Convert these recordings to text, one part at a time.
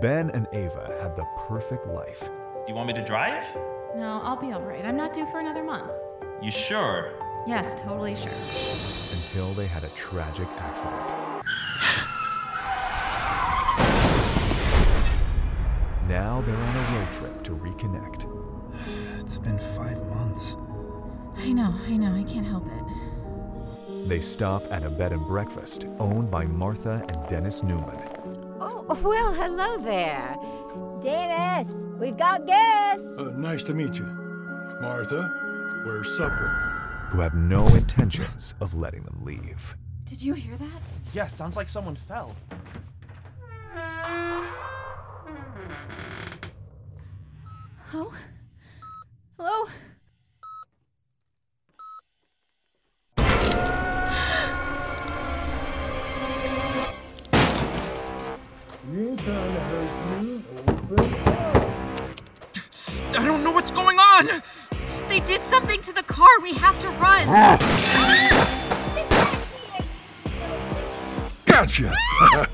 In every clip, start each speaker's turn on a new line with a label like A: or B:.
A: Ben and Ava had the perfect life.
B: Do you want me to drive?
C: No, I'll be all right. I'm not due for another month.
B: You sure?
C: Yes, totally sure.
A: until they had a tragic accident. now they're on a road trip to reconnect.
D: It's been five months.
C: I know, I know. I can't help it.
A: They stop at a bed and breakfast owned by Martha and Dennis Newman.
E: Oh, well, hello there. Dennis, we've got guests.
F: Uh, nice to meet you. Martha, where's supper?
A: who have no intentions of letting them leave.
C: Did you hear that?
B: Yeah, sounds like someone fell.
C: Hello? Hello?
D: I don't know what's going on!
C: They did something to the car. We have to run.
F: Gotcha!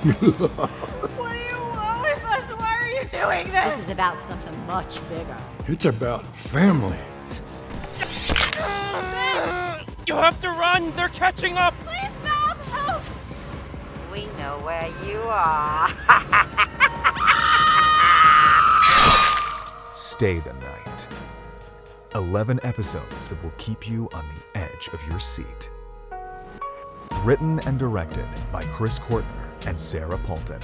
E: What do you want with us? Why are you doing this? This is about something much bigger.
F: it's about family.
B: You have to run! They're catching up!
E: Please stop! Help! We know where you are.
A: Stay the night. 11 episodes that will keep you on the edge of your seat. Written and directed by Chris Courtner and Sarah Polton.